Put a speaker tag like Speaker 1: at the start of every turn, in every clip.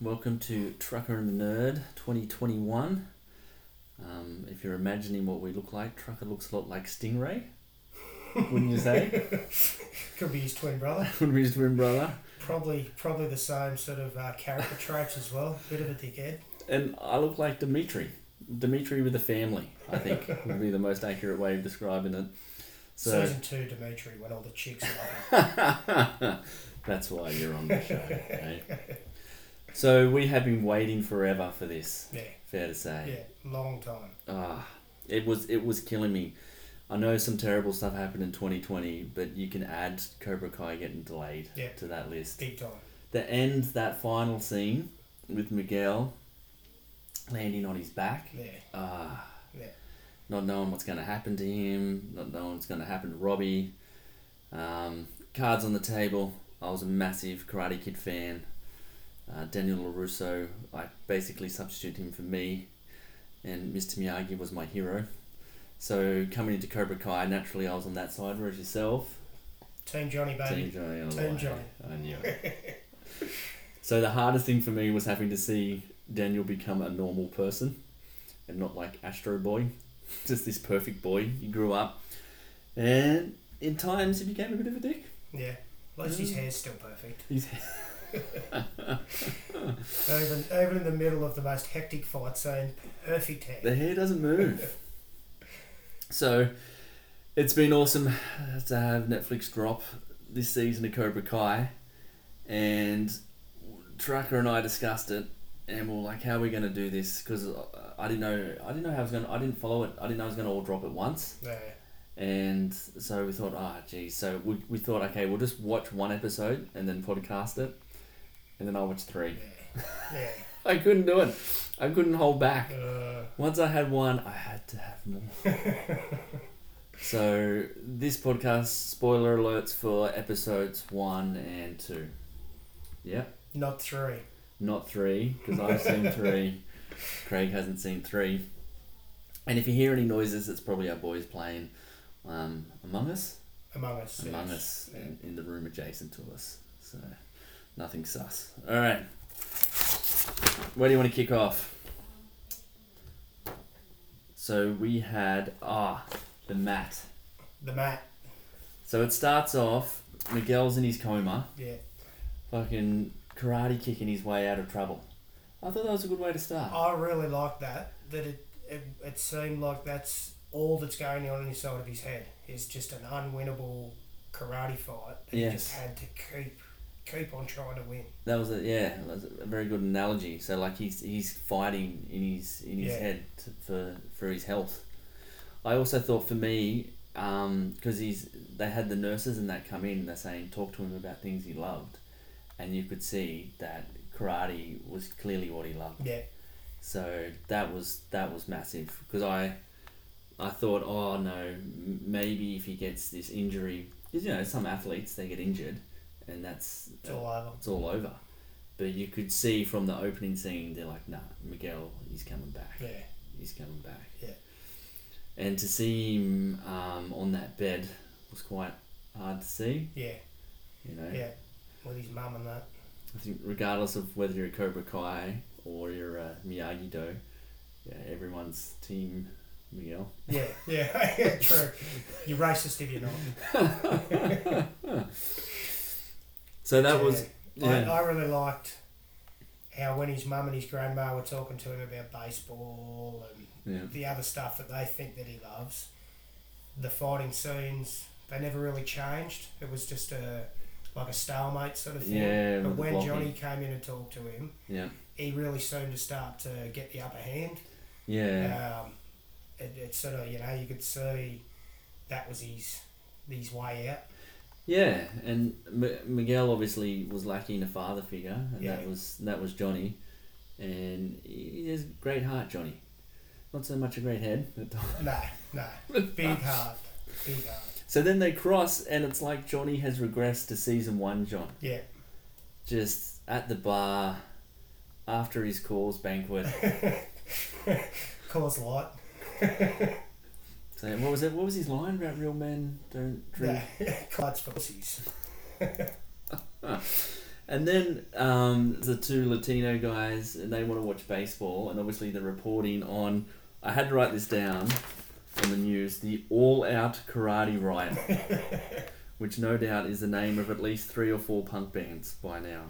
Speaker 1: Welcome to Trucker and the Nerd 2021. Um, if you're imagining what we look like, Trucker looks a lot like Stingray, wouldn't you say?
Speaker 2: Could be his twin brother.
Speaker 1: Wouldn't we, his twin brother?
Speaker 2: Probably, probably the same sort of uh, character traits as well. Bit of a dickhead.
Speaker 1: And I look like Dimitri. Dimitri with a family, I think, would be the most accurate way of describing it. So
Speaker 2: Season two, Dimitri, when all the chicks love him.
Speaker 1: that's why you're on the show. Right? So we have been waiting forever for this,
Speaker 2: Yeah,
Speaker 1: fair to say.
Speaker 2: yeah, long time.
Speaker 1: Ah, it was it was killing me. I know some terrible stuff happened in 2020, but you can add Cobra Kai getting delayed
Speaker 2: Yeah.
Speaker 1: to that list.
Speaker 2: Big time.
Speaker 1: The end, that final scene with Miguel landing on his back.
Speaker 2: Yeah,
Speaker 1: Ah,
Speaker 2: yeah.
Speaker 1: not knowing what's going to happen to him, not knowing what's going to happen to Robbie. Um, cards on the table. I was a massive Karate Kid fan. Uh, Daniel LaRusso, I basically substituted him for me, and Mr. Miyagi was my hero. So coming into Cobra Kai, naturally I was on that side, whereas yourself,
Speaker 2: Team Johnny,
Speaker 1: Team
Speaker 2: baby.
Speaker 1: Johnny. all the
Speaker 2: Team
Speaker 1: way.
Speaker 2: Johnny.
Speaker 1: I knew it. so the hardest thing for me was having to see Daniel become a normal person and not like Astro Boy, just this perfect boy. He grew up, and in times he became a bit of a dick.
Speaker 2: Yeah. At least his
Speaker 1: Mm.
Speaker 2: hair's still perfect.
Speaker 1: He's
Speaker 2: Even, even in the middle of the most hectic fight scene, perfect hair.
Speaker 1: the hair doesn't move. so it's been awesome to have Netflix drop this season of Cobra Kai, and Tracker and I discussed it, and we we're like, "How are we going to do this?" Because I didn't know, I didn't know how I was going. to I didn't follow it. I didn't know I was going to all drop at once,
Speaker 2: Yeah,
Speaker 1: and so we thought, "Ah, geez." So we, we thought, "Okay, we'll just watch one episode and then podcast it." And then I watched three.
Speaker 2: yeah.
Speaker 1: I couldn't do it. I couldn't hold back.
Speaker 2: yeah. Uh,
Speaker 1: Once I had one, I had to have more. so this podcast spoiler alerts for episodes one and two. Yeah,
Speaker 2: not three.
Speaker 1: not three because I've seen three. Craig hasn't seen three. And if you hear any noises, it's probably our boys playing um, Among Us,
Speaker 2: Among Us.
Speaker 1: Among
Speaker 2: yes.
Speaker 1: Us, in, in the room adjacent to us. So nothing sus. All right, where do you want to kick off? So we had ah the mat.
Speaker 2: The mat.
Speaker 1: So it starts off, Miguel's in his coma,
Speaker 2: Yeah.
Speaker 1: fucking karate kicking his way out of trouble. I thought that was a good way to start.
Speaker 2: I really like that. That it, it it seemed like that's all that's going on inside of his head is just an unwinnable karate fight. that He
Speaker 1: Yes.
Speaker 2: just had to keep keep on trying to win.
Speaker 1: That was a yeah, that was a very good analogy. So like he's he's fighting in his in his
Speaker 2: Yeah.
Speaker 1: head t- for for his health. I also thought for me, because he's they had the nurses and that come in, they're saying talk to him about things he loved, and you could see that karate was clearly what he loved.
Speaker 2: Yeah.
Speaker 1: So that was that was massive because I I thought oh no m- maybe if he gets this injury because you know some athletes they get injured and that's
Speaker 2: It's all over.
Speaker 1: it's all over but you could see from the opening scene they're like nah Miguel he's coming back
Speaker 2: Yeah.
Speaker 1: he's coming back
Speaker 2: Yeah.
Speaker 1: and to see him um, on that bed was quite hard to see
Speaker 2: Yeah.
Speaker 1: you know
Speaker 2: Yeah. With his mum and that.
Speaker 1: I think regardless of whether you're a Cobra Kai or you're a Miyagi Do, yeah, everyone's team Miguel.
Speaker 2: Yeah. Yeah. True. You're racist if you're not.
Speaker 1: So that
Speaker 2: Yeah.
Speaker 1: was
Speaker 2: I,
Speaker 1: yeah.
Speaker 2: I really liked how when his mum and his grandma were talking to him about baseball and
Speaker 1: yeah.
Speaker 2: the other stuff that they think that he loves. The fighting scenes, they never really changed. It was just a like a stalemate sort of thing.
Speaker 1: Yeah,
Speaker 2: but
Speaker 1: with the
Speaker 2: when
Speaker 1: blocking.
Speaker 2: Johnny came in and talked to him,
Speaker 1: Yeah.
Speaker 2: he really seemed to start to get the upper hand.
Speaker 1: Yeah.
Speaker 2: Um, it, it sort of you know you could see that was his his way out.
Speaker 1: Yeah, and M- Miguel obviously was lacking a father figure, and that
Speaker 2: Yeah.
Speaker 1: was that was Johnny, and he has a great heart, Johnny. Not so much a great head. at times.
Speaker 2: No, no, big heart, big heart.
Speaker 1: So then they cross, and it's like Johnny has regressed to season one, John.
Speaker 2: Yeah,
Speaker 1: just at the bar after his calls banquet.
Speaker 2: cause light.
Speaker 1: so what was it? What was his line about real men don't drink?
Speaker 2: Yeah, cards for pussies.
Speaker 1: And then um, the two Latino guys, and they want to watch baseball, and obviously they're reporting on. I had to write this down on the news: the all-out karate riot, which no doubt is the name of at least three or four punk bands by now.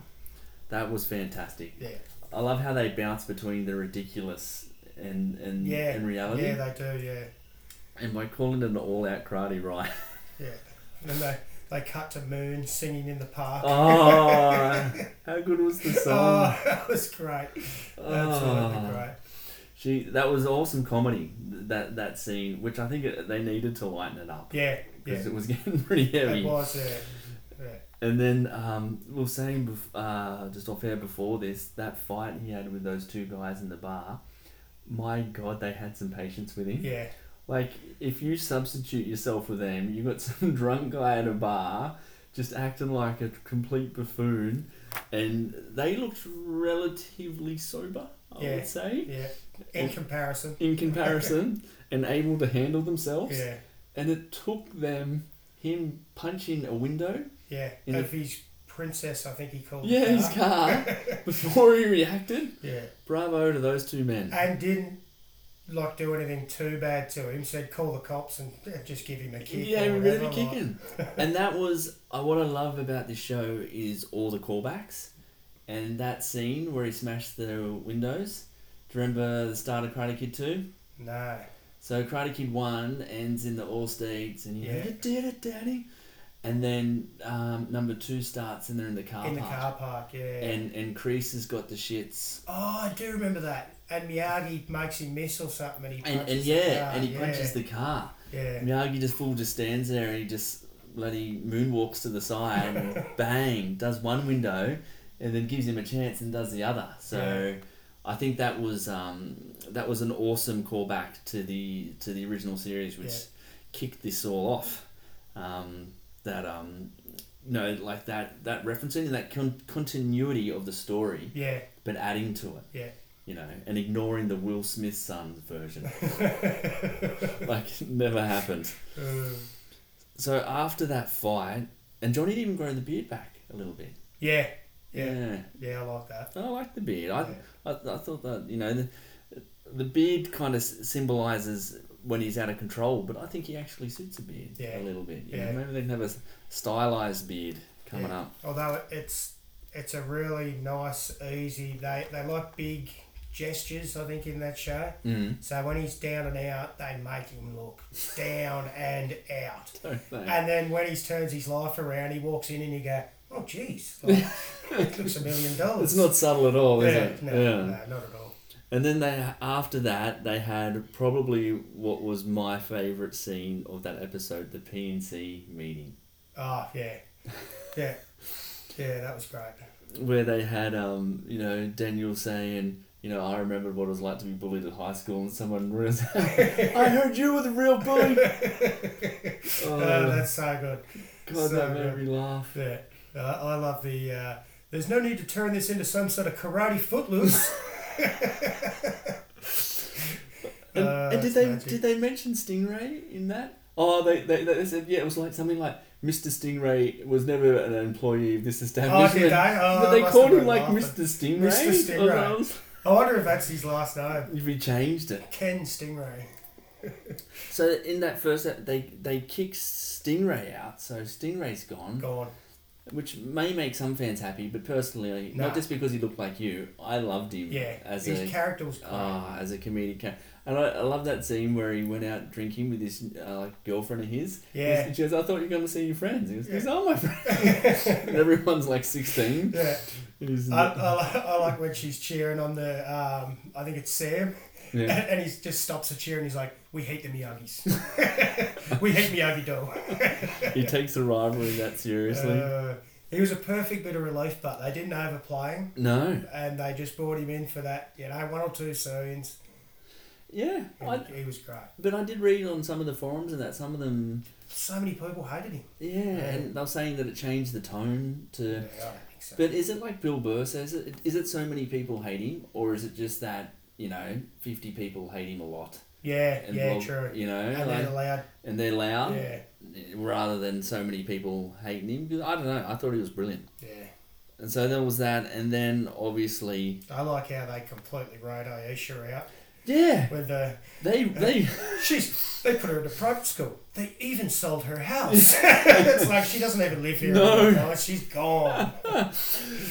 Speaker 1: That was fantastic.
Speaker 2: Yeah.
Speaker 1: I love how they bounce between the ridiculous and and,
Speaker 2: Yeah.
Speaker 1: and reality,
Speaker 2: Yeah, they do. Yeah.
Speaker 1: and by calling it an all-out karate riot.
Speaker 2: Yeah. And then they, they cut to Moon singing in the park.
Speaker 1: Oh, how good was the song?
Speaker 2: Oh, that was great. Absolutely
Speaker 1: Oh.
Speaker 2: great.
Speaker 1: She that was awesome comedy th- that that scene, which I think it, they needed to lighten it up
Speaker 2: Yeah, yeah.
Speaker 1: because it was getting pretty
Speaker 2: It
Speaker 1: heavy.
Speaker 2: was, uh, yeah. yeah.
Speaker 1: And then um, we were saying bef- uh, just off air before this that fight he had with those two guys in the bar. My God, they had some patience with him.
Speaker 2: Yeah,
Speaker 1: Like if you substitute yourself with them, you got some drunk guy at a bar just acting like a complete buffoon, and they looked relatively sober. I
Speaker 2: Yeah.
Speaker 1: would say.
Speaker 2: yeah. In comparison.
Speaker 1: in comparison and able to handle themselves.
Speaker 2: Yeah,
Speaker 1: And it took them him punching a window,
Speaker 2: yeah.
Speaker 1: In the-
Speaker 2: of his princess, I think he called
Speaker 1: yeah,
Speaker 2: her.
Speaker 1: his car, before he reacted.
Speaker 2: Yeah.
Speaker 1: Bravo to those two men.
Speaker 2: And didn't, like, do anything too bad to him. Said, call the cops and and just give him a kick.
Speaker 1: yeah,
Speaker 2: or
Speaker 1: we're really
Speaker 2: whatever, like.
Speaker 1: kicking. and that was uh, what I love about this show is all the callbacks, and that scene where he smashed the windows. Do you remember the start of Karate Kid Two?
Speaker 2: No.
Speaker 1: So Karate Kid One ends in the All States, and you
Speaker 2: Yeah.
Speaker 1: did it, Daddy. And then um, number two starts, and they're in the car
Speaker 2: in the
Speaker 1: park.
Speaker 2: car park, yeah.
Speaker 1: Ah, And and Crease has got the shits,
Speaker 2: oh, I do remember that. And Miyagi makes him miss or something and he
Speaker 1: and
Speaker 2: punches
Speaker 1: and
Speaker 2: the
Speaker 1: yeah,
Speaker 2: car,
Speaker 1: and he
Speaker 2: yeah,
Speaker 1: punches the car.
Speaker 2: Yeah.
Speaker 1: Miyagi just fool just stands there, and he just bloody moonwalks to the side, and bang, does one window, and then gives him a chance and does the other. So. I think that was um, that was an awesome callback to the to the original series, which
Speaker 2: Yeah.
Speaker 1: kicked this all off. Um, that um, no, like that that referencing and that con- continuity of the story,
Speaker 2: Yeah,
Speaker 1: but adding to it,
Speaker 2: yeah.
Speaker 1: you know, and ignoring the Will Smith son's version, like never happened.
Speaker 2: Um,
Speaker 1: So after that fight, and Johnny didn't even grow the beard back a little bit.
Speaker 2: yeah, yeah,
Speaker 1: yeah.
Speaker 2: yeah, I like that.
Speaker 1: I like the beard. I,
Speaker 2: Yeah.
Speaker 1: I, I thought that you know the, the beard kind of symbolizes when he's out of control, but I think he actually suits a beard
Speaker 2: Yeah.
Speaker 1: a little bit. You
Speaker 2: Yeah.
Speaker 1: know, maybe they can have a s- stylized beard coming
Speaker 2: Yeah.
Speaker 1: up.
Speaker 2: Although it- it's it's a really nice, easy. They they like big gestures. I think in that show.
Speaker 1: Mm.
Speaker 2: So when he's down and out, they make him look down and out.
Speaker 1: Don't they?
Speaker 2: And then when he turns his life around, he walks in and you go, "Oh, geez, like, it looks a million dollars."
Speaker 1: It's not subtle at all, is
Speaker 2: yeah,
Speaker 1: it?
Speaker 2: No,
Speaker 1: yeah.
Speaker 2: no, not at all.
Speaker 1: And then they after that they had probably what was my favorite scene of that episode, the PNC meeting,
Speaker 2: Oh, yeah, yeah, yeah. That was great.
Speaker 1: where they had um you know Daniel saying. You know, I remembered what it was like to be bullied at high school, and someone was I heard you were the real bully. oh,
Speaker 2: Oh, that's so good.
Speaker 1: God,
Speaker 2: so
Speaker 1: that
Speaker 2: good.
Speaker 1: made me laugh.
Speaker 2: Yeah, uh, I love the. Uh, There's no need to turn this into some sort of karate footloose.
Speaker 1: And,
Speaker 2: Uh,
Speaker 1: and did
Speaker 2: that's
Speaker 1: they
Speaker 2: magic.
Speaker 1: did they mention Stingray in that? Oh, they, they they said yeah, it was like something like Mr. Stingray was never an employee of this
Speaker 2: oh,
Speaker 1: establishment.
Speaker 2: did they? Oh,
Speaker 1: But they
Speaker 2: must
Speaker 1: called
Speaker 2: have
Speaker 1: him
Speaker 2: been
Speaker 1: like
Speaker 2: laughing.
Speaker 1: Mr. Stingray. Oh,
Speaker 2: Mr.
Speaker 1: or
Speaker 2: Stingray.
Speaker 1: those-
Speaker 2: I wonder if that's his last name.
Speaker 1: If he changed it.
Speaker 2: Ken Stingray.
Speaker 1: So in that first, ep- they they kick Stingray out. So Stingray's gone,
Speaker 2: Gone.
Speaker 1: which may make some fans happy, but personally,
Speaker 2: Nah.
Speaker 1: not just because he looked like you. I loved him.
Speaker 2: Yeah.
Speaker 1: As
Speaker 2: his
Speaker 1: a
Speaker 2: character was great.
Speaker 1: ah, as a comedic character. And I, I love that scene where he went out drinking with his uh, like girlfriend of his.
Speaker 2: Yeah.
Speaker 1: She goes, I thought you were going to see your friends. He goes,
Speaker 2: Yeah.
Speaker 1: These are my friends. and everyone's like 16.
Speaker 2: yeah.
Speaker 1: And he's-
Speaker 2: I, I, li- I like when she's cheering on the, um, I think it's Sam, and,
Speaker 1: yeah.
Speaker 2: and he just stops the cheer and he's like, We hate the Miyagis. we hate Miyagi Do.
Speaker 1: he takes the rivalry that seriously.
Speaker 2: Uh, he was a perfect bit of relief, but they didn't overplay him.
Speaker 1: no.
Speaker 2: and they just brought him in for that, you know, one or two scenes.
Speaker 1: Yeah.
Speaker 2: And
Speaker 1: I,
Speaker 2: he was great.
Speaker 1: but I did read on some of the forums and that some of them,
Speaker 2: So many people hated him.
Speaker 1: yeah, and they were saying that it changed the tone
Speaker 2: Yeah,
Speaker 1: to.
Speaker 2: I don't think so.
Speaker 1: But is it like Bill Burr says? It, is it so many people hate him, or is it just that, you know, 50 people hate him a lot?
Speaker 2: yeah,
Speaker 1: and
Speaker 2: yeah,
Speaker 1: well,
Speaker 2: true.
Speaker 1: You know,
Speaker 2: And
Speaker 1: like-
Speaker 2: then allowed,
Speaker 1: and they're loud,
Speaker 2: yeah,
Speaker 1: rather than so many people hating him. 'Cause I don't know. I thought he was brilliant.
Speaker 2: yeah.
Speaker 1: And so there was that, and then obviously,
Speaker 2: I like how they completely wrote Aisha out
Speaker 1: yeah,
Speaker 2: with the
Speaker 1: they they
Speaker 2: she's they put her into private school. They even sold her house. it's like she doesn't even live here.
Speaker 1: No.
Speaker 2: anymore. she's gone.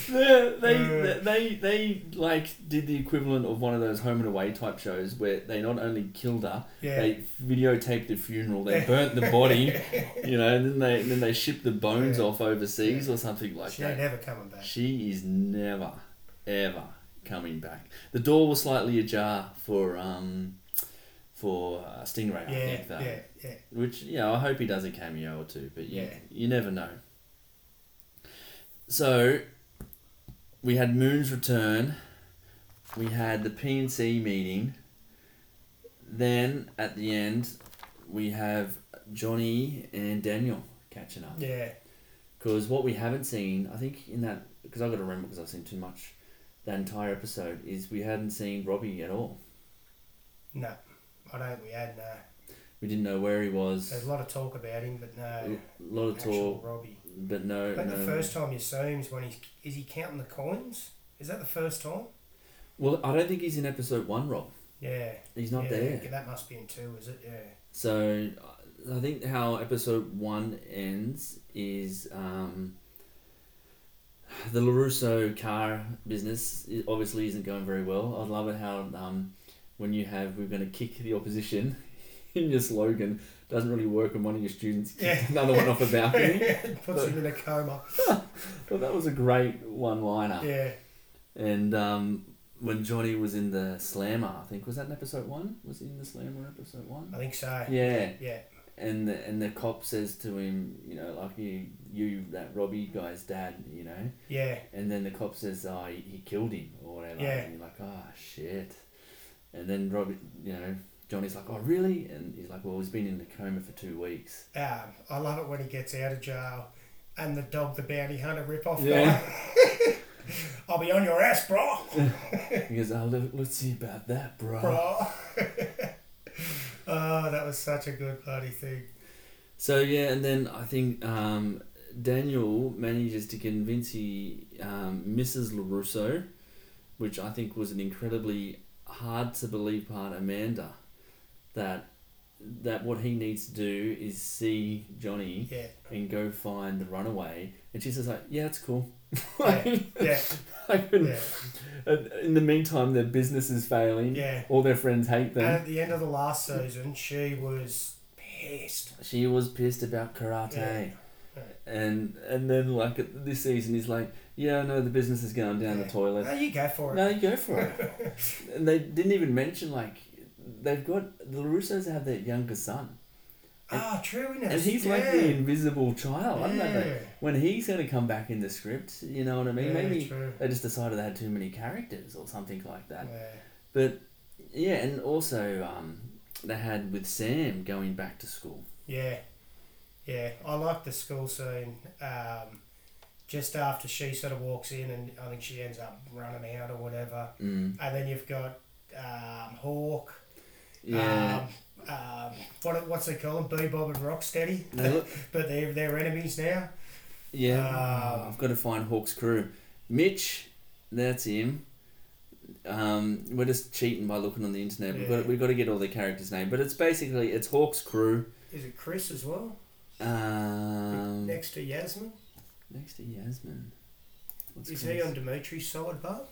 Speaker 1: they, they,
Speaker 2: Uh.
Speaker 1: they they like did the equivalent of one of those home and away type shows where they not only killed her,
Speaker 2: Yeah.
Speaker 1: they videotaped the funeral, they burnt the body, you know, and then they then they shipped the bones
Speaker 2: Yeah.
Speaker 1: off overseas or something like
Speaker 2: she
Speaker 1: that.
Speaker 2: ain't ever coming back.
Speaker 1: She is never, ever coming back. The door was slightly ajar for um, for uh, Stingray, I
Speaker 2: Yeah,
Speaker 1: think though.
Speaker 2: yeah, yeah.
Speaker 1: Which you know, I hope he does a cameo or two, but you,
Speaker 2: Yeah.
Speaker 1: you never know. So we had Moon's return. We had the PNC meeting. Then at the end, we have Johnny and Daniel catching up.
Speaker 2: Yeah,
Speaker 1: Because what we haven't seen, I think in that, because I've got to remember because I've seen too much that entire episode, is we hadn't seen Robbie at all.
Speaker 2: no, I don't. We had no.
Speaker 1: We didn't know where he
Speaker 2: There's
Speaker 1: was.
Speaker 2: a lot of talk about him, but
Speaker 1: A
Speaker 2: no
Speaker 1: lot of
Speaker 2: actual
Speaker 1: talk,
Speaker 2: Robbie.
Speaker 1: but no.
Speaker 2: But
Speaker 1: no.
Speaker 2: the first time you see him is when he's is he counting the coins? Is that the first time?
Speaker 1: Well, I don't think he's in episode one, Rob.
Speaker 2: Yeah.
Speaker 1: He's not
Speaker 2: yeah,
Speaker 1: there.
Speaker 2: That must be in two, is it? Yeah.
Speaker 1: So I- I think how episode one ends is um, the Larusso car business i- obviously isn't going very well. I love it how um, when you have we're going to kick the opposition in your slogan doesn't really work when one of your students kicked
Speaker 2: Yeah.
Speaker 1: another one off a balcony.
Speaker 2: Puts him in a coma.
Speaker 1: but that was a great one-liner.
Speaker 2: Yeah.
Speaker 1: And um, when Johnny was in the Slammer, I think was that in episode one? Was he in the Slammer episode
Speaker 2: I
Speaker 1: one?
Speaker 2: think so.
Speaker 1: Yeah.
Speaker 2: Yeah.
Speaker 1: and the, and the cop says to him, you know, like you, you that Robbie guy's dad, you know,
Speaker 2: Yeah.
Speaker 1: and then the cop says, oh, he, he killed him or whatever.
Speaker 2: Yeah.
Speaker 1: And you're like, oh shit. And then Robbie, you know, Johnny's like, oh really? And he's like, well, he's been in a coma for two weeks.
Speaker 2: Um, I love it when he gets out of jail and the dog the bounty hunter rip off
Speaker 1: Yeah.
Speaker 2: guy. I'll be on your ass, bro.
Speaker 1: He goes, oh, look, let's see about that, bro.
Speaker 2: Bro. oh, that was such a good bloody thing.
Speaker 1: So yeah, and then I think um, Daniel manages to convince he, um, Mrs. Larusso, which I think was an incredibly hard to believe part, Amanda, that that what he needs to do is see Johnny
Speaker 2: Yeah.
Speaker 1: and go find the runaway, and she says like, "Yeah, it's cool."
Speaker 2: Yeah. Yeah.
Speaker 1: I couldn't-
Speaker 2: Yeah.
Speaker 1: and In the meantime, their business is failing.
Speaker 2: Yeah.
Speaker 1: All their friends hate
Speaker 2: And
Speaker 1: them.
Speaker 2: at the end of the last season, she was pissed.
Speaker 1: She was pissed about karate.
Speaker 2: Yeah.
Speaker 1: And and then like at this season he's like, yeah, no, the business is going down
Speaker 2: Yeah.
Speaker 1: the toilet.
Speaker 2: No, you go for it.
Speaker 1: No, you go for it. and they didn't even mention like they've got the Russos have their younger son,
Speaker 2: oh, true, isn't it?
Speaker 1: and he's like
Speaker 2: Yeah.
Speaker 1: the invisible child. I don't know
Speaker 2: Yeah.
Speaker 1: like, when he's going to come back in the script. You know what I mean?
Speaker 2: Yeah,
Speaker 1: Maybe
Speaker 2: true.
Speaker 1: they just decided they had too many characters or something like that.
Speaker 2: Yeah.
Speaker 1: But yeah, and also um, they had with Sam going back to school.
Speaker 2: Yeah, yeah. I like the school scene. Um, just after she sort of walks in, and I think she ends up running out or whatever.
Speaker 1: Mm.
Speaker 2: And then you've got um, Hawk.
Speaker 1: Yeah.
Speaker 2: Um, um, what what's they call them? Bebop and Rocksteady.
Speaker 1: They look-
Speaker 2: but they're they're enemies now.
Speaker 1: Yeah,
Speaker 2: Um,
Speaker 1: I've got to find Hawk's crew. Mitch, that's him. Um, we're just cheating by looking on the internet. We've,
Speaker 2: Yeah.
Speaker 1: got, we've got to get all the characters' name, but it's basically it's Hawk's crew.
Speaker 2: Is it Chris as well?
Speaker 1: Um, next.
Speaker 2: Next to Yasmin.
Speaker 1: to Yasmin. What's
Speaker 2: Is
Speaker 1: Chris?
Speaker 2: he on Dimitri's side, Bob?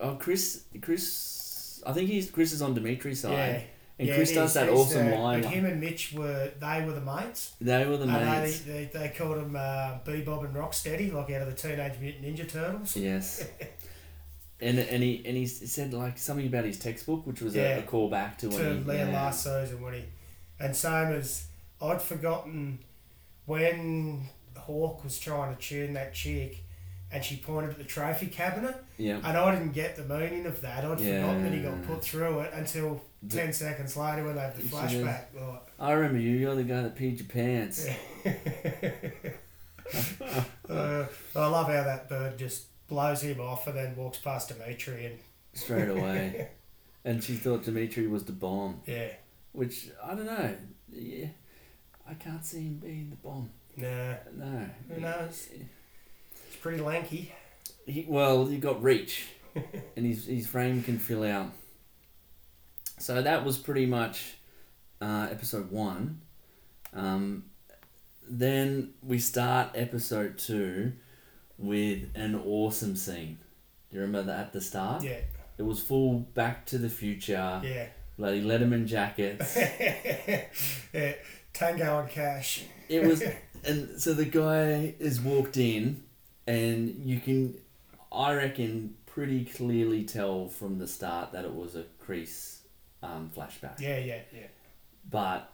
Speaker 1: Oh, Chris. Chris. I think he's Chris is on Dimitri's side,
Speaker 2: Yeah.
Speaker 1: and
Speaker 2: yeah,
Speaker 1: Chris
Speaker 2: it
Speaker 1: does
Speaker 2: is.
Speaker 1: that
Speaker 2: He's
Speaker 1: awesome
Speaker 2: the-
Speaker 1: line.
Speaker 2: But
Speaker 1: like,
Speaker 2: him and Mitch were they were the mates.
Speaker 1: they were the
Speaker 2: I know
Speaker 1: mates.
Speaker 2: they, they, they called him uh, Bebop and Rocksteady, like out of the Teenage Mutant Ninja Turtles.
Speaker 1: Yes. And, and he and he s- said like something about his textbook, which was
Speaker 2: Yeah.
Speaker 1: a, a callback to when
Speaker 2: to
Speaker 1: he,
Speaker 2: Leon
Speaker 1: yeah.
Speaker 2: last season when he, and same as I'd forgotten when Hawk was trying to tune that chick, and she pointed at the trophy cabinet,
Speaker 1: Yeah.
Speaker 2: and I didn't get the meaning of that. I'd forgotten that he got
Speaker 1: Yeah.
Speaker 2: put through it until
Speaker 1: The-
Speaker 2: ten seconds later when they had the
Speaker 1: She
Speaker 2: flashback.
Speaker 1: I remember you. You're the guy that peed your pants.
Speaker 2: Like, uh, I love how that bird just blows him off and then walks past Dimitri and
Speaker 1: straight away. and she thought Dimitri was the bomb,
Speaker 2: yeah.
Speaker 1: which I don't know. Yeah, I can't see him being the bomb.
Speaker 2: Nah,
Speaker 1: No.
Speaker 2: Who knows? pretty lanky.
Speaker 1: He, well, you got reach, and his his frame can fill out. So that was pretty much uh, episode one. Um, then we start episode two with an awesome scene. Do you remember that at the start?
Speaker 2: Yeah,
Speaker 1: It was full Back to the Future,
Speaker 2: yeah.
Speaker 1: bloody Letterman jackets.
Speaker 2: yeah. Tango and Cash.
Speaker 1: It was, and so the guy is walked in, and you can, I reckon, pretty clearly tell from the start that it was a crease um, flashback.
Speaker 2: Yeah, yeah, yeah.
Speaker 1: But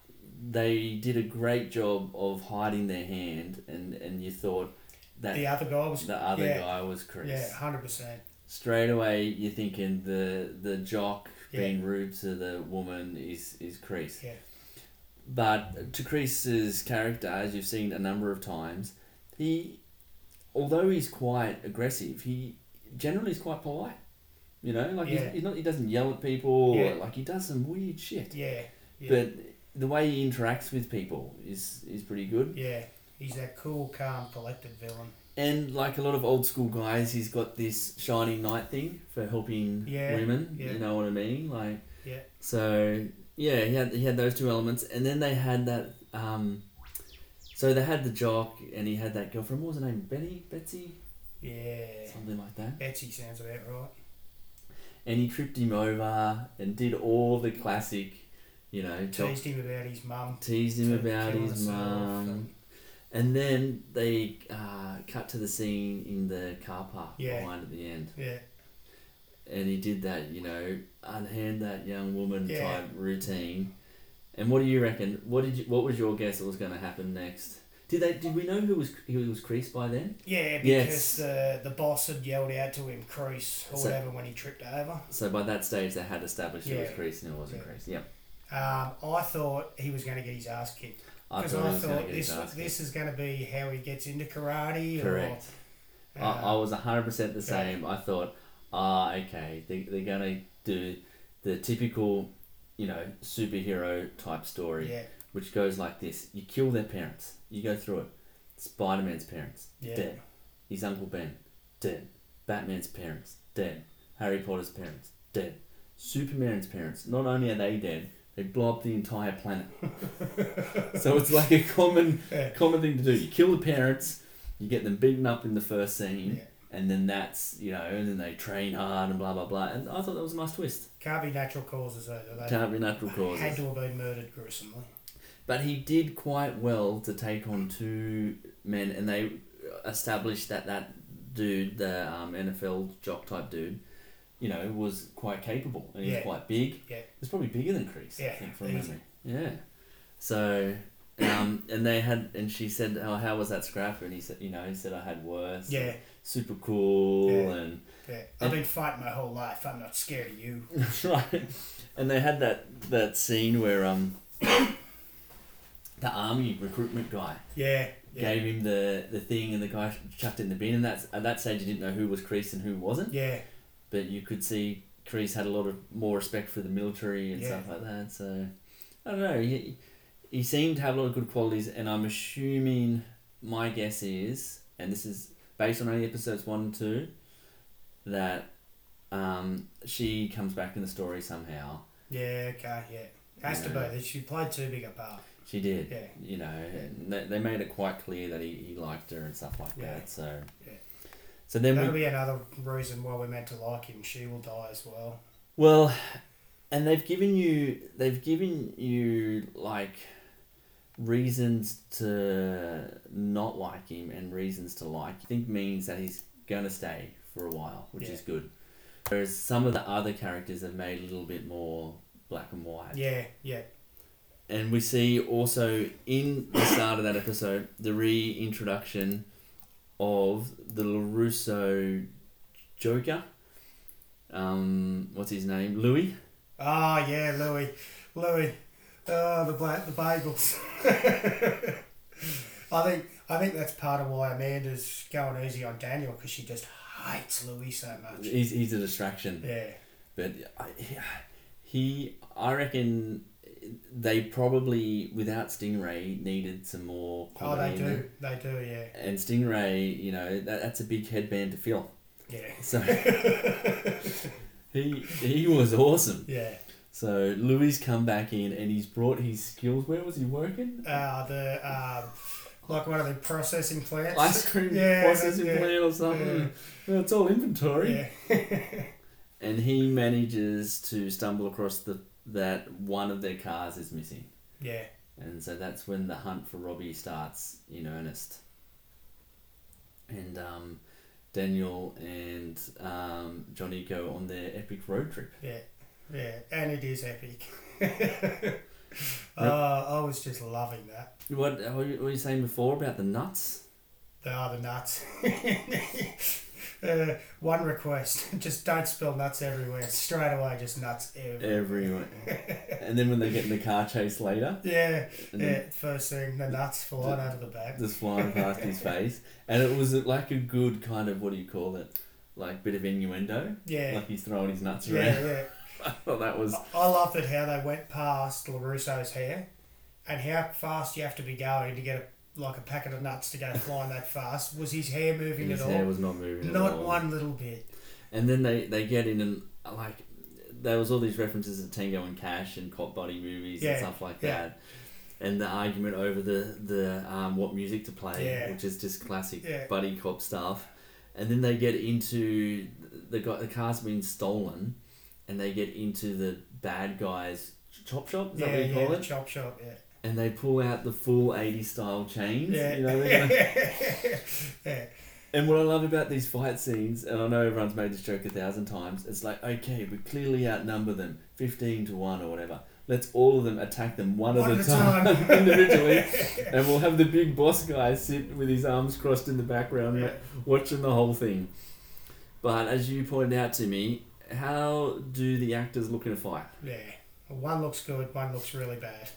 Speaker 1: they did a great job of hiding their hand, and, and you thought that
Speaker 2: The
Speaker 1: the,
Speaker 2: other guy was.
Speaker 1: other
Speaker 2: yeah,
Speaker 1: guy was crease.
Speaker 2: Yeah, hundred percent.
Speaker 1: Straight away, you're thinking the the jock
Speaker 2: Yeah.
Speaker 1: being rude to the woman is is crease.
Speaker 2: Yeah,
Speaker 1: But to Crease's character, as you've seen a number of times, he, although he's quite aggressive, he generally is quite polite. You know, like
Speaker 2: Yeah.
Speaker 1: he's, he's not, he doesn't yell at people.
Speaker 2: Yeah.
Speaker 1: Or, like he does some weird shit.
Speaker 2: yeah, yeah.
Speaker 1: But the way he interacts with people is is pretty good.
Speaker 2: yeah, he's that cool, calm, collected villain.
Speaker 1: And like a lot of old school guys, he's got this shining knight thing for helping
Speaker 2: Yeah,
Speaker 1: women.
Speaker 2: yeah.
Speaker 1: You know what I mean? Like.
Speaker 2: Yeah,
Speaker 1: So yeah, he had he had those two elements, and then they had that. Um, so they had the jock, and he had that girlfriend. What was her name? Betty, Betsy,
Speaker 2: yeah.
Speaker 1: something like that.
Speaker 2: Betsy sounds about right.
Speaker 1: And he tripped him over and did all the classic, you know, jock
Speaker 2: Teased him about his mum.
Speaker 1: teased him
Speaker 2: to
Speaker 1: about
Speaker 2: kill
Speaker 1: his
Speaker 2: herself
Speaker 1: mum.
Speaker 2: and-
Speaker 1: And then they uh, cut to the scene in the car park
Speaker 2: Yeah.
Speaker 1: behind at the end,
Speaker 2: Yeah,
Speaker 1: and he did that, you know, unhand that young woman
Speaker 2: Yeah.
Speaker 1: type routine. And what do you reckon? What did you, what was your guess that was going to happen next? Did they did we know who was who was creased by then?
Speaker 2: yeah,
Speaker 1: Yes.
Speaker 2: because uh, the boss had yelled out to him, "Crease" or
Speaker 1: So-
Speaker 2: whatever, when he tripped over.
Speaker 1: So by that stage they had established who was
Speaker 2: Yeah.
Speaker 1: creased and who wasn't
Speaker 2: Yeah.
Speaker 1: creased. Yeah,
Speaker 2: Um, I thought he was going to get his ass kicked
Speaker 1: I
Speaker 2: because
Speaker 1: thought he
Speaker 2: I
Speaker 1: was going to
Speaker 2: thought
Speaker 1: get his
Speaker 2: this
Speaker 1: ass
Speaker 2: this is going to be how he gets into karate.
Speaker 1: kicked. Correct.
Speaker 2: Or,
Speaker 1: I, I
Speaker 2: uh,
Speaker 1: was hundred percent the
Speaker 2: yeah.
Speaker 1: same. I thought, ah, okay, they, they're going to do the typical, you know, superhero type story,
Speaker 2: yeah,
Speaker 1: which goes like this: you kill their parents, you go through it. Spider Man's parents,
Speaker 2: yeah,
Speaker 1: dead. His Uncle Ben, dead. Batman's parents, dead. Harry Potter's parents, dead. Superman's parents, not only are they dead, they blow up the entire planet. so it's like a common
Speaker 2: Yeah.
Speaker 1: common thing to do. You kill the parents, you get them beaten up in the first scene,
Speaker 2: Yeah.
Speaker 1: and then that's, you know, and then they train hard and blah, blah, blah. And I thought that was a nice twist.
Speaker 2: Can't be natural causes though. They
Speaker 1: Can't be natural
Speaker 2: had
Speaker 1: causes.
Speaker 2: to have been murdered gruesomely.
Speaker 1: But he did quite well to take on two men, and they established that that dude, the um, NFL jock type dude, you know, was quite capable and he
Speaker 2: Yeah.
Speaker 1: was quite big.
Speaker 2: Yeah.
Speaker 1: He was probably bigger than Crease, I
Speaker 2: Yeah,
Speaker 1: think, from
Speaker 2: easy.
Speaker 1: memory. Yeah. So, um, and they had, and she said, "Oh, how was that scrap?" And he said, "You know," he said, "I had worse."
Speaker 2: Yeah,
Speaker 1: Super cool
Speaker 2: Yeah.
Speaker 1: and
Speaker 2: yeah. I've been fighting my whole life. I'm not scared of you.
Speaker 1: right. And they had that that scene where um the army recruitment guy
Speaker 2: Yeah, yeah,
Speaker 1: gave him the the thing, and the guy chucked it in the bin. And that's at that stage you didn't know who was Crease and who wasn't,
Speaker 2: yeah.
Speaker 1: but you could see Crease had a lot of more respect for the military and
Speaker 2: Yeah.
Speaker 1: stuff like that. So I don't know. He, he seemed to have a lot of good qualities, and I'm assuming my guess is, and this is based on only episodes one and two, that um, she comes back in the story somehow.
Speaker 2: Yeah, okay, yeah. Has
Speaker 1: Yeah.
Speaker 2: to be. She played too big a part.
Speaker 1: She did.
Speaker 2: Yeah.
Speaker 1: You know, and they, they made it quite clear that he, he liked her and stuff like
Speaker 2: Yeah.
Speaker 1: that. So,
Speaker 2: Yeah.
Speaker 1: so then
Speaker 2: That'll
Speaker 1: we
Speaker 2: be another reason why we're meant to like him. She will die as well.
Speaker 1: well, and they've given you they've given you like reasons to not like him and reasons to like. I think means that he's gonna stay for a while, which
Speaker 2: Yeah.
Speaker 1: is good. Whereas some of the other characters have made a little bit more black and white.
Speaker 2: Yeah, yeah,
Speaker 1: And we see also in the start of that episode the reintroduction of the LaRusso Joker. Um, what's his name? Louis.
Speaker 2: Oh yeah, Louis, Louis, oh, the bla- the bagels. I think I think that's part of why Amanda's going easy on Daniel because she just hates Louis so much.
Speaker 1: He's, he's a distraction.
Speaker 2: Yeah,
Speaker 1: But I, he, I reckon they probably without Stingray needed some more
Speaker 2: Oh,
Speaker 1: comedy
Speaker 2: they
Speaker 1: in
Speaker 2: do.
Speaker 1: them.
Speaker 2: They do, yeah.
Speaker 1: And Stingray, you know, that, that's a big headband to fill.
Speaker 2: Yeah.
Speaker 1: So he he was awesome.
Speaker 2: Yeah.
Speaker 1: So Louis come back in and he's brought his skills. Where was he working?
Speaker 2: Uh, the um, like one of the processing plants.
Speaker 1: Ice cream
Speaker 2: Yeah,
Speaker 1: processing
Speaker 2: yeah,
Speaker 1: plant or something.
Speaker 2: yeah.
Speaker 1: Well, it's all inventory.
Speaker 2: Yeah.
Speaker 1: And he manages to stumble across the that one of their cars is missing.
Speaker 2: yeah.
Speaker 1: And so that's when the hunt for Robbie starts in earnest. And um, Daniel and um, Johnny go on their epic road trip.
Speaker 2: Yeah. Yeah. And it is epic. Uh, I was just loving that.
Speaker 1: What, what were you what were you saying before about the nuts?
Speaker 2: They are the nuts. uh, one request: just don't spill nuts everywhere. Straight away, just nuts everywhere.
Speaker 1: Everyone. and then when they get in the car chase later,
Speaker 2: Yeah.
Speaker 1: and
Speaker 2: Yeah.
Speaker 1: then
Speaker 2: First thing, the nuts flying out of the bag.
Speaker 1: just flying past his face. And it was like a good kind of, what do you call it? Like bit of innuendo.
Speaker 2: Yeah.
Speaker 1: Like he's throwing his nuts around.
Speaker 2: Yeah. Yeah.
Speaker 1: I thought that was.
Speaker 2: I- I loved it how they went past LaRusso's hair and how fast you have to be going to get a, like a packet of nuts to go flying that fast. Was his hair moving
Speaker 1: His
Speaker 2: at all?
Speaker 1: hair was not moving at
Speaker 2: Not
Speaker 1: all.
Speaker 2: one little bit.
Speaker 1: And then they, they get in and like there was all these references to Tango and Cash and cop body movies
Speaker 2: Yeah,
Speaker 1: and stuff like
Speaker 2: yeah.
Speaker 1: that. And the argument over the the um, what music to play,
Speaker 2: Yeah.
Speaker 1: which is just classic
Speaker 2: Yeah.
Speaker 1: buddy cop stuff. And then they get into the guy. The car's been stolen, and they get into the bad guys chop shop. Is
Speaker 2: yeah,
Speaker 1: that what you
Speaker 2: yeah,
Speaker 1: call
Speaker 2: the
Speaker 1: it?
Speaker 2: chop shop, yeah.
Speaker 1: And they pull out the full '80s style chains.
Speaker 2: Yeah.
Speaker 1: You know, they're like-
Speaker 2: yeah.
Speaker 1: And what I love about these fight scenes, and I know everyone's made this joke a thousand times, it's like, okay, we clearly outnumber them, 15 to 1 or whatever. Let's all of them attack them one, at a time, individually, and we'll have the big boss guy sit with his arms crossed in the background
Speaker 2: Yeah.
Speaker 1: watching the whole thing. But as you pointed out to me, how do the actors look in a fight?
Speaker 2: Yeah. One looks good, one looks really bad.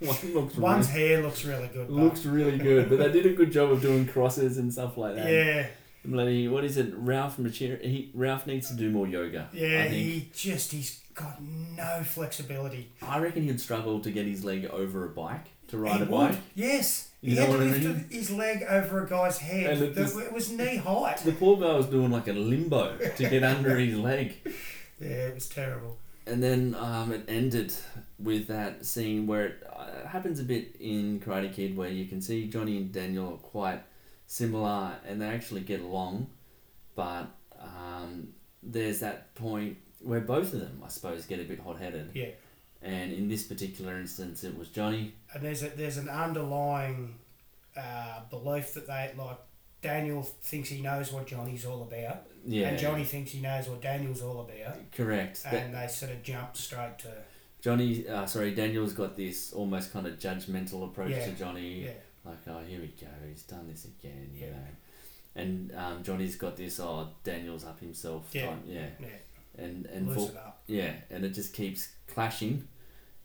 Speaker 1: One looks,
Speaker 2: One's
Speaker 1: really,
Speaker 2: hair looks really good. but-
Speaker 1: looks really good, but they did a good job of doing crosses and stuff like that.
Speaker 2: yeah,
Speaker 1: Bloody, what is it? Ralph Machin- he Ralph needs to do more yoga.
Speaker 2: yeah.
Speaker 1: I think.
Speaker 2: He just he's got no flexibility.
Speaker 1: I reckon he'd struggle to get his leg over a bike to ride
Speaker 2: He
Speaker 1: a bike.
Speaker 2: would, Yes.
Speaker 1: You
Speaker 2: he
Speaker 1: know
Speaker 2: had
Speaker 1: what I
Speaker 2: lifted his leg over a guy's head.
Speaker 1: And it
Speaker 2: that
Speaker 1: just-
Speaker 2: it was knee height.
Speaker 1: The poor guy was doing like a limbo to get under his leg.
Speaker 2: Yeah, it was terrible.
Speaker 1: And then um, it ended with that scene where it uh, happens a bit in Karate Kid where you can see Johnny and Daniel are quite similar and they actually get along. But um, there's that point where both of them, I suppose, get a bit hot headed.
Speaker 2: Yeah.
Speaker 1: And in this particular instance, it was Johnny.
Speaker 2: And there's a, there's an underlying uh, belief that they like Daniel thinks he knows what Johnny's all about,
Speaker 1: Yeah.
Speaker 2: and Johnny thinks he knows what Daniel's all about,
Speaker 1: Correct. That-
Speaker 2: and they sort of jump straight to
Speaker 1: Johnny, uh, sorry, Daniel's got this almost kind of judgmental approach
Speaker 2: Yeah.
Speaker 1: to Johnny.
Speaker 2: yeah,
Speaker 1: Like, oh, here we go, he's done this again, you
Speaker 2: Yeah.
Speaker 1: know. And um, Johnny's got this, oh, Daniel's up himself.
Speaker 2: Yeah.
Speaker 1: Time. yeah.
Speaker 2: yeah,
Speaker 1: And, and
Speaker 2: loosen
Speaker 1: for,
Speaker 2: up.
Speaker 1: yeah, and it just keeps clashing.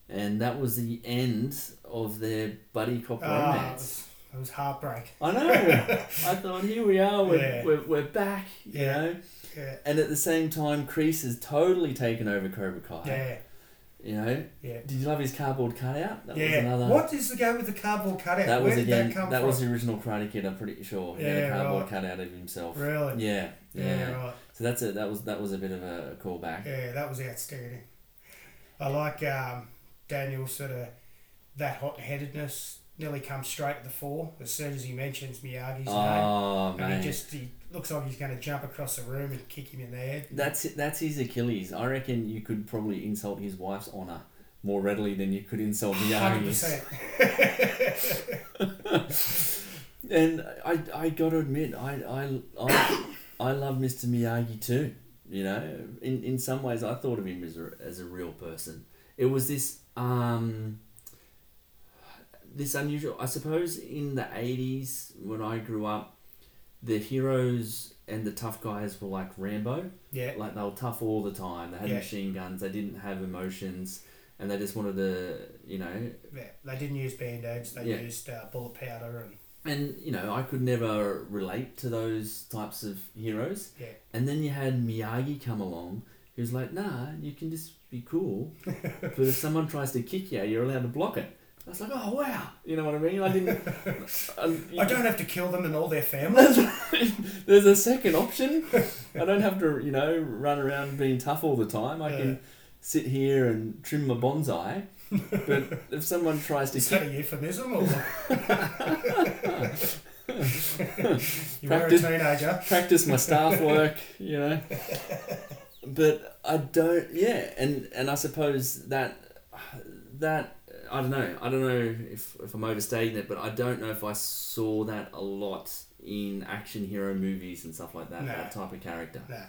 Speaker 1: And that was the end of their buddy cop
Speaker 2: Ah, it,
Speaker 1: romance.
Speaker 2: was, it was heartbreak.
Speaker 1: I know. I thought, here we are, we're,
Speaker 2: Yeah.
Speaker 1: we're, we're back, you
Speaker 2: Yeah.
Speaker 1: know.
Speaker 2: Yeah,
Speaker 1: And at the same time, Crease has totally taken over Cobra Kai.
Speaker 2: yeah,
Speaker 1: You know,
Speaker 2: yeah.
Speaker 1: did you love his cardboard cutout? That was
Speaker 2: yeah.
Speaker 1: another.
Speaker 2: What is the go with the cardboard cutout?
Speaker 1: That
Speaker 2: Where
Speaker 1: was
Speaker 2: did
Speaker 1: again.
Speaker 2: that come
Speaker 1: That,
Speaker 2: from?
Speaker 1: was the original Karate Kid. I'm pretty sure. He had a
Speaker 2: Yeah,
Speaker 1: cardboard
Speaker 2: right.
Speaker 1: cutout of himself.
Speaker 2: really.
Speaker 1: Yeah, yeah.
Speaker 2: yeah right.
Speaker 1: So that's it. That was that was a bit of a callback.
Speaker 2: Yeah, that was outstanding. I like um, Daniel's sort of that hot headedness nearly comes straight to the fore as soon as he mentions Miyagi's
Speaker 1: oh
Speaker 2: name. And
Speaker 1: man,
Speaker 2: he just he looks like he's going to jump across the room and kick him in the head.
Speaker 1: that's it- that's his Achilles. I reckon you could probably insult his wife's honor more readily than you could insult Oh, Miyagi's.
Speaker 2: 100%.
Speaker 1: And I I gotta admit, I I I, I love Mr. Miyagi too. You know, in in some ways, I thought of him as a as a real person. It was this um. This unusual, I suppose, in the eighties when I grew up, the heroes and the tough guys were like Rambo.
Speaker 2: Yeah,
Speaker 1: Like they were tough all the time. They had
Speaker 2: Yeah.
Speaker 1: machine guns. They didn't have emotions, and they just wanted to, you know,
Speaker 2: yeah, they didn't use band aids, they
Speaker 1: Yeah.
Speaker 2: used uh, bullet powder and.
Speaker 1: and you know I could never relate to those types of heroes.
Speaker 2: Yeah.
Speaker 1: And then you had Miyagi come along, He was like, nah, you can just be cool. but if someone tries to kick you, you're allowed to block it. I was like, oh, wow. You know what I mean? I didn't. I, you-
Speaker 2: I don't have to kill them and all their family.
Speaker 1: That's right. There's a second option. I don't have to, you know, run around being tough all the time. I
Speaker 2: Yeah.
Speaker 1: can sit here and trim my bonsai. But if someone tries to
Speaker 2: Is that
Speaker 1: kick,
Speaker 2: a euphemism or? you were a
Speaker 1: Practice-
Speaker 2: teenager.
Speaker 1: practice my staff work, you know. But I don't, yeah, and and I suppose that that I don't know. I don't know if if I'm overstating it, but I don't know if I saw that a lot in action hero movies and stuff like that.
Speaker 2: No.
Speaker 1: That type of character.
Speaker 2: No.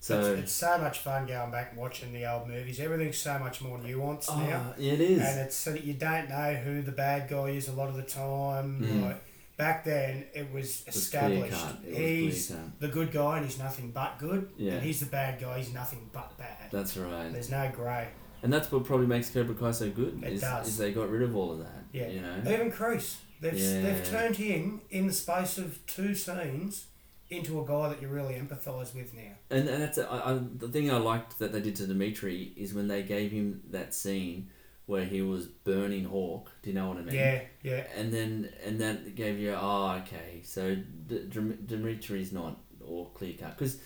Speaker 1: So.
Speaker 2: it's, it's so much fun going back and watching the old movies. Everything's so much more nuanced now.
Speaker 1: Ah, it is.
Speaker 2: and it's so that you don't know who the bad guy is a lot of the time.
Speaker 1: Mm.
Speaker 2: Like back then, it was
Speaker 1: It was clear
Speaker 2: established
Speaker 1: cut. It was clear
Speaker 2: he's
Speaker 1: cut.
Speaker 2: the good guy and he's nothing but good,
Speaker 1: Yeah.
Speaker 2: and he's the bad guy. He's nothing but bad.
Speaker 1: That's right,
Speaker 2: There's no grey.
Speaker 1: and that's what probably makes Cobra Kai so good.
Speaker 2: It
Speaker 1: is
Speaker 2: does.
Speaker 1: is they got rid of all of that.
Speaker 2: Yeah.
Speaker 1: you know.
Speaker 2: Even Crease, they've
Speaker 1: Yeah.
Speaker 2: they've turned him in the space of two scenes into a guy that you really empathise with now.
Speaker 1: And, and that's I, I, the thing I liked that they did to Dimitri is when they gave him that scene where he was burning Hawk. Do you know what I mean?
Speaker 2: Yeah, yeah.
Speaker 1: And then and that gave you oh okay so D- Dim- Dimitri's not all clear cut because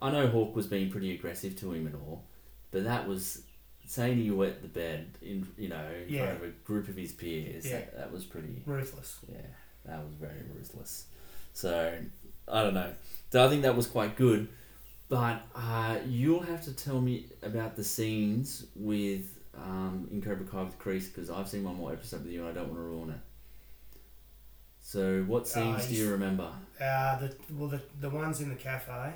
Speaker 1: I know Hawk was being pretty aggressive to him and all, but that was saying he wet the bed in you know in
Speaker 2: Yeah.
Speaker 1: front of a group of his peers.
Speaker 2: Yeah.
Speaker 1: That, that was pretty.
Speaker 2: Ruthless.
Speaker 1: Yeah, that was very ruthless. So I don't know. So I think that was quite good, but uh, you'll have to tell me about the scenes with um, in Cobra Kai with Crease because I've seen one more episode with you and I don't want to ruin it. So what scenes do you
Speaker 2: Uh, he's-
Speaker 1: remember?
Speaker 2: Uh, the well, the, the ones in the cafe.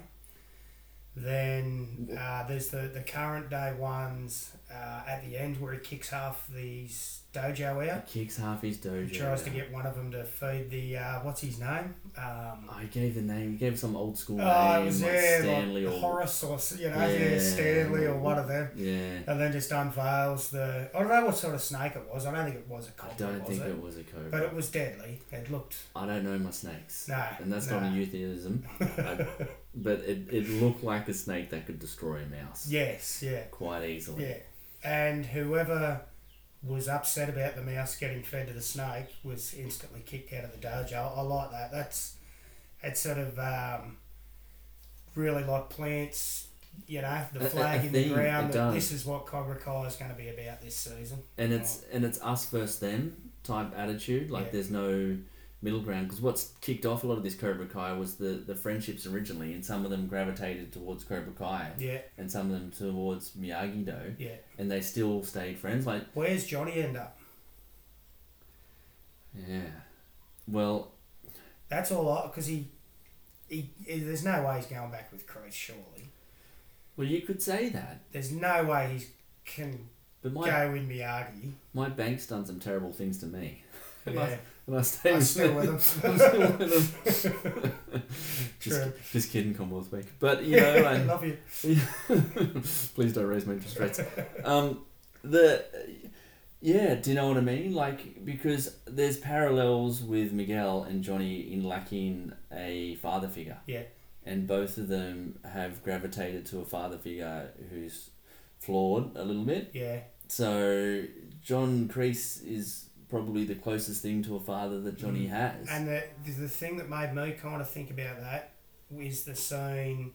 Speaker 2: Then uh, there's the, the current day ones uh, at the end where he kicks half these dojo
Speaker 1: He
Speaker 2: out.
Speaker 1: kicks half his
Speaker 2: He
Speaker 1: dojo.
Speaker 2: tries to
Speaker 1: out.
Speaker 2: get one of them to feed the uh, what's his name? Um,
Speaker 1: I gave the name. He gave some old school
Speaker 2: oh,
Speaker 1: name,
Speaker 2: it was
Speaker 1: like
Speaker 2: yeah,
Speaker 1: Stanley
Speaker 2: like
Speaker 1: or
Speaker 2: Horace or s- you know, yeah. Stanley or one of them.
Speaker 1: yeah.
Speaker 2: And then just unveils the I don't know what sort of snake it was. I don't think it was a
Speaker 1: I
Speaker 2: cobra,
Speaker 1: don't
Speaker 2: was
Speaker 1: think
Speaker 2: it?
Speaker 1: it? was a cobra.
Speaker 2: But it was deadly. It looked
Speaker 1: I don't know my snakes.
Speaker 2: no,
Speaker 1: and that's
Speaker 2: no.
Speaker 1: not a euphemism. I- but it, it looked like a snake that could destroy a mouse
Speaker 2: Yes, yeah.
Speaker 1: quite easily.
Speaker 2: Yeah, and whoever was upset about the mouse getting fed to the snake was instantly kicked out of the dojo. I, I like that. That's it's sort of um, really like plants. You know,
Speaker 1: A- a-
Speaker 2: the
Speaker 1: a
Speaker 2: flag in the
Speaker 1: theme,
Speaker 2: ground.
Speaker 1: it
Speaker 2: that
Speaker 1: does.
Speaker 2: This is what Cobra Kai is going to be about this season.
Speaker 1: And it's and it's us versus them type attitude. Like
Speaker 2: Yeah.
Speaker 1: there's no middle ground because what's kicked off a lot of this Cobra Kai was the the friendships originally, and some of them gravitated towards Cobra Kai,
Speaker 2: Yeah,
Speaker 1: and some of them towards Miyagi Do,
Speaker 2: yeah.
Speaker 1: and they still stayed friends. Like
Speaker 2: Where's Johnny end up?
Speaker 1: yeah, well
Speaker 2: That's all. Because he, he, he, there's no way he's going back with Crease. Surely,
Speaker 1: well you could say that,
Speaker 2: there's no way he can
Speaker 1: but my
Speaker 2: go with Miyagi.
Speaker 1: my bank's done some terrible things to me. And I-
Speaker 2: Yeah,
Speaker 1: and I stay
Speaker 2: I'm
Speaker 1: with
Speaker 2: still
Speaker 1: them.
Speaker 2: with
Speaker 1: I'm
Speaker 2: him.
Speaker 1: still with them. just,
Speaker 2: True.
Speaker 1: just kidding, Commonwealth Bank. But you know,
Speaker 2: I
Speaker 1: like,
Speaker 2: love you.
Speaker 1: please don't raise my interest rates. Um, the yeah, do you know what I mean? Like because there's parallels with Miguel and Johnny in lacking a father figure.
Speaker 2: Yeah.
Speaker 1: And both of them have gravitated to a father figure who's flawed a little bit.
Speaker 2: Yeah,
Speaker 1: So John Creese is probably the closest thing to a father that Johnny
Speaker 2: Mm.
Speaker 1: has.
Speaker 2: and the the thing that made me kind of think about that is the scene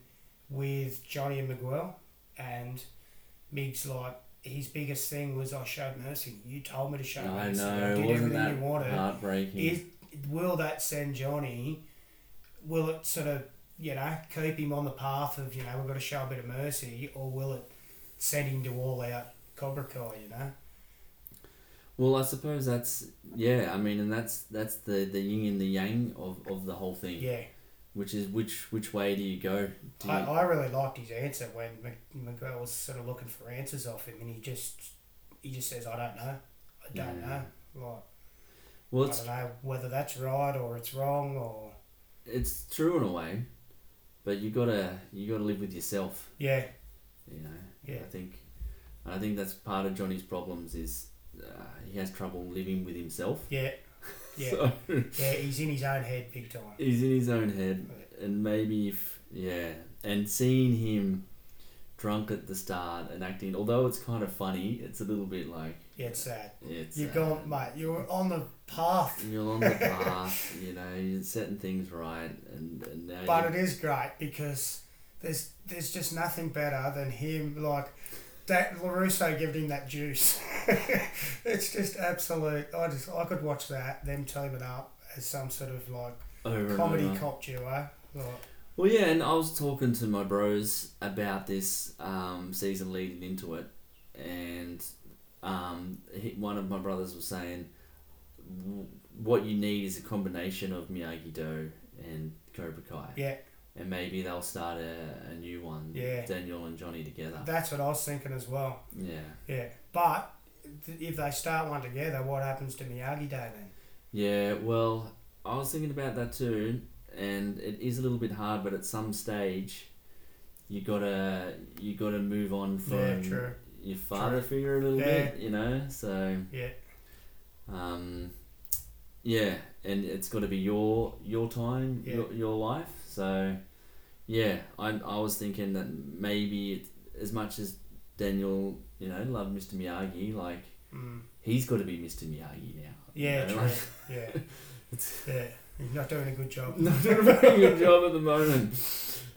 Speaker 2: with Johnny and Miguel, and Mig's like his biggest thing was I showed mercy. You told me to show
Speaker 1: I
Speaker 2: mercy. I
Speaker 1: know,
Speaker 2: did
Speaker 1: wasn't
Speaker 2: everything
Speaker 1: that
Speaker 2: you wanted.
Speaker 1: heartbreaking?
Speaker 2: Is will that send Johnny? Will it sort of you know keep him on the path of you know we've got to show a bit of mercy, or will it send him to all out Cobra Kai? You know.
Speaker 1: Well, I suppose that's yeah. I mean, and that's that's the the yin and the yang of, of the whole thing,
Speaker 2: Yeah,
Speaker 1: which is which which way do you go? Do you,
Speaker 2: I, I really liked his answer when Mc- Miguel was sort of looking for answers off him, and he just he just says, "I don't know, I don't
Speaker 1: Yeah.
Speaker 2: know." Like,
Speaker 1: well, it's
Speaker 2: I don't know whether that's right or it's wrong or
Speaker 1: it's true in a way, but you gotta you gotta live with yourself.
Speaker 2: yeah,
Speaker 1: You know.
Speaker 2: Yeah.
Speaker 1: I think, and I think that's part of Johnny's problems is uh, he has trouble living with himself.
Speaker 2: yeah, yeah,
Speaker 1: So
Speaker 2: yeah. He's in his own head big time.
Speaker 1: he's in his own head, and maybe if yeah, and seeing him drunk at the start and acting. Although it's kind of funny, it's a little bit like
Speaker 2: Yeah, it's sad.
Speaker 1: it's
Speaker 2: You've
Speaker 1: uh,
Speaker 2: gone, mate. You're on the path,
Speaker 1: You're on the path, you know, you're setting things right, and, and now
Speaker 2: but
Speaker 1: you-
Speaker 2: it is great because there's there's just nothing better than him. Like that Larusso giving him that juice. it's just absolute. I just I could watch that them teaming up as some sort of like
Speaker 1: over and
Speaker 2: comedy
Speaker 1: over.
Speaker 2: cop duo. Like,
Speaker 1: Well, yeah, and I was talking to my bros about this um, season leading into it, and um, he, one of my brothers was saying, "W- "What you need is a combination of Miyagi Do and Cobra Kai,
Speaker 2: yeah,
Speaker 1: and maybe they'll start a, a new one,
Speaker 2: Yeah.
Speaker 1: Daniel and Johnny together."
Speaker 2: that's what I was thinking as well.
Speaker 1: yeah,
Speaker 2: Yeah, but th- if they start one together, what happens to Miyagi Day then?
Speaker 1: yeah. Well, I was thinking about that too, and it is a little bit hard, but at some stage, you gotta you gotta move on from.
Speaker 2: Yeah, true.
Speaker 1: your father figure a little
Speaker 2: Yeah.
Speaker 1: bit, you know. So
Speaker 2: Yeah,
Speaker 1: um, yeah, and it's got to be your your time,
Speaker 2: Yeah.
Speaker 1: your, your life. So yeah, I I was thinking that maybe it, as much as Daniel, you know, loved Mr Miyagi, like
Speaker 2: mm,
Speaker 1: he's got to be Mr Miyagi now. you
Speaker 2: yeah,
Speaker 1: know,
Speaker 2: true.
Speaker 1: like-
Speaker 2: yeah, yeah. You're not doing a good job.
Speaker 1: not doing a very good job at the moment.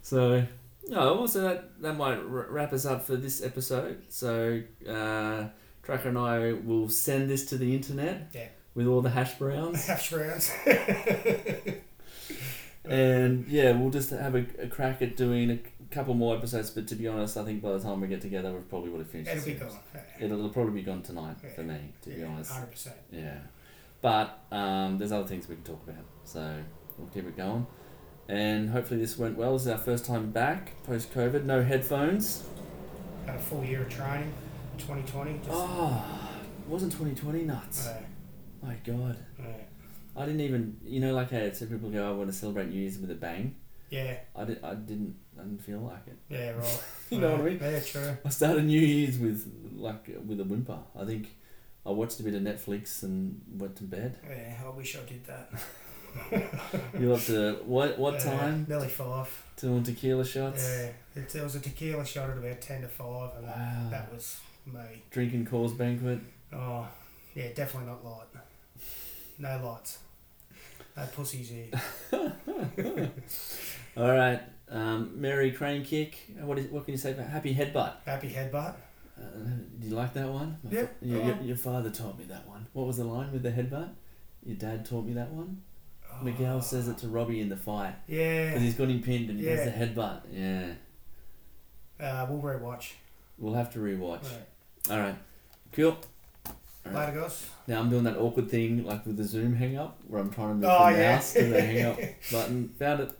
Speaker 1: So, no, well, so that, that might wra- wrap us up for this episode. So, uh, Tracker and I will send this to the internet
Speaker 2: Yeah.
Speaker 1: with all the hash browns.
Speaker 2: Hash browns.
Speaker 1: and yeah, we'll just have a, a crack at doing a c- couple more episodes. But to be honest, I think by the time we get together, we probably would have finished.
Speaker 2: It'll
Speaker 1: the
Speaker 2: be
Speaker 1: series.
Speaker 2: gone.
Speaker 1: It'll, it'll probably be gone tonight for me, to be honest.
Speaker 2: Hundred percent.
Speaker 1: Yeah. But um, there's other things we can talk about. So we'll keep it going. And hopefully this went well. This is our first time back post COVID. No headphones.
Speaker 2: Had a full year of training, 2020. Just,
Speaker 1: Oh, wasn't 2020 nuts?
Speaker 2: uh,
Speaker 1: My God.
Speaker 2: uh,
Speaker 1: I didn't even, you know, like hey, some people go, I want to celebrate New Year's with a bang.
Speaker 2: yeah,
Speaker 1: I, did, I didn't I didn't feel like it.
Speaker 2: yeah, right.
Speaker 1: You know what I
Speaker 2: Uh,
Speaker 1: mean?
Speaker 2: Yeah, true.
Speaker 1: I started New Year's with like with a whimper. I think I watched a bit of Netflix and went to bed.
Speaker 2: Yeah, I wish I did that.
Speaker 1: You'll have to what what
Speaker 2: Uh,
Speaker 1: time?
Speaker 2: Nearly five.
Speaker 1: Doing tequila shots.
Speaker 2: Yeah, it, there was a tequila shot at about ten to five, and that,
Speaker 1: Wow.
Speaker 2: that was me.
Speaker 1: Drinking cause banquet.
Speaker 2: Oh, yeah, definitely not light. No lights. No pussies here.
Speaker 1: All right, um, Mary Crane Kick. What is what can you say about Happy Headbutt?
Speaker 2: Happy headbutt.
Speaker 1: Uh, do you like that one? My
Speaker 2: Yeah, Oh.
Speaker 1: fa- your,
Speaker 2: I
Speaker 1: your,
Speaker 2: like-
Speaker 1: your father taught me that one. What was the line with the headbutt? Your dad taught me that one. Miguel
Speaker 2: Oh.
Speaker 1: says it to Robbie in the fight because
Speaker 2: Yeah.
Speaker 1: he's got him pinned and he does
Speaker 2: Yeah.
Speaker 1: the headbutt. Yeah,
Speaker 2: Uh, we'll rewatch.
Speaker 1: we'll have to rewatch.
Speaker 2: Right.
Speaker 1: All right, cool. All right.
Speaker 2: Later, guys.
Speaker 1: Now I'm doing that awkward thing like with the Zoom hang up where I'm trying to move
Speaker 2: Oh,
Speaker 1: the
Speaker 2: yeah.
Speaker 1: mouse to the hang up button. Found it.